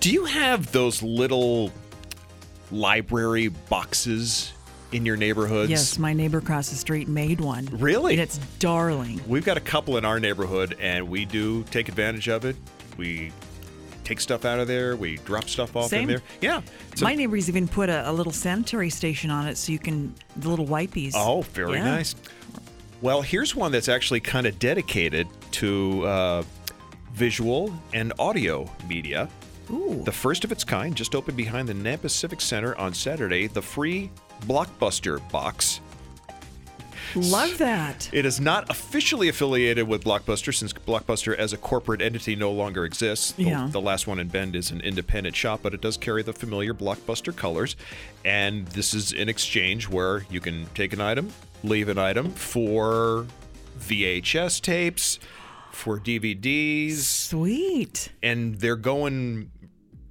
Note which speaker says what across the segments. Speaker 1: Do you have those little library boxes in your neighborhoods?
Speaker 2: Yes, my neighbor across the street made one.
Speaker 1: Really?
Speaker 2: And it's darling.
Speaker 1: We've got a couple in our neighborhood, and we do take advantage of it. We take stuff out of there. We drop stuff off in
Speaker 2: Same.
Speaker 1: there. Yeah. So-
Speaker 2: my neighbors even put a, a little sanitary station on it so you can, the little wipies.
Speaker 1: Oh, very
Speaker 2: Yeah.
Speaker 1: nice. Well, here's one that's actually kind of dedicated to uh, visual and audio media.
Speaker 2: Ooh.
Speaker 1: The first of its kind just opened behind the Nampa Civic Center on Saturday, the free Blockbuster box.
Speaker 2: Love that.
Speaker 1: It is not officially affiliated with Blockbuster since Blockbuster as a corporate entity no longer exists. The,
Speaker 2: Yeah.
Speaker 1: the last one in Bend is an independent shop, but it does carry the familiar Blockbuster colors. And this is an exchange where you can take an item, leave an item for VHS tapes, for DVDs
Speaker 2: Sweet.
Speaker 1: and they're going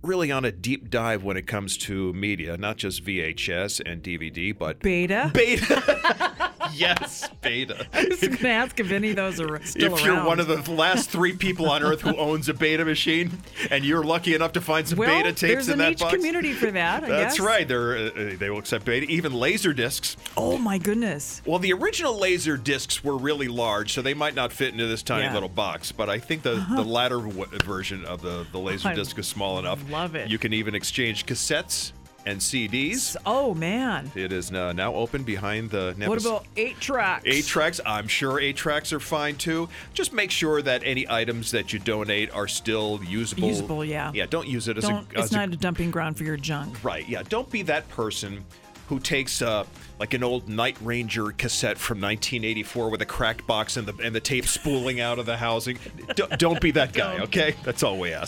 Speaker 1: really on a deep dive when it comes to media, not just VHS and DVD, but
Speaker 2: Beta.
Speaker 1: beta. yes, beta.
Speaker 2: I was going to ask if any of those are
Speaker 1: If
Speaker 2: still around.
Speaker 1: you're one of the last three people on earth who owns a beta machine, and you're lucky enough to find some
Speaker 2: well,
Speaker 1: beta tapes
Speaker 2: there's
Speaker 1: in
Speaker 2: an
Speaker 1: that
Speaker 2: niche
Speaker 1: box,
Speaker 2: community for that, I
Speaker 1: that's
Speaker 2: guess.
Speaker 1: right. They're, uh, uh, they will accept beta, even laser discs.
Speaker 2: Oh, my goodness.
Speaker 1: Well, the original laser discs were really large, so they might not fit into this tiny
Speaker 2: Yeah. Uh-huh.
Speaker 1: little box. But I think the, the latter w- version of the, the laser
Speaker 2: I
Speaker 1: disc is small enough.
Speaker 2: love it.
Speaker 1: You can even exchange cassettes and CDs.
Speaker 2: Oh, man.
Speaker 1: It is now, now open behind the
Speaker 2: What
Speaker 1: Nampa
Speaker 2: about eight tracks?
Speaker 1: Eight tracks, I'm sure eight tracks are fine too. Just make sure that any items that you donate are still usable.
Speaker 2: Usable, yeah.
Speaker 1: Yeah, don't use it as
Speaker 2: Don't,
Speaker 1: a. As
Speaker 2: it's
Speaker 1: a-
Speaker 2: not a dumping ground for your junk.
Speaker 1: Right. Yeah. Don't be that person who takes uh, like an old Night Ranger cassette from 1984 with a cracked box and the and the tape spooling out of the housing. D- don't be that guy. Okay. That's all we ask.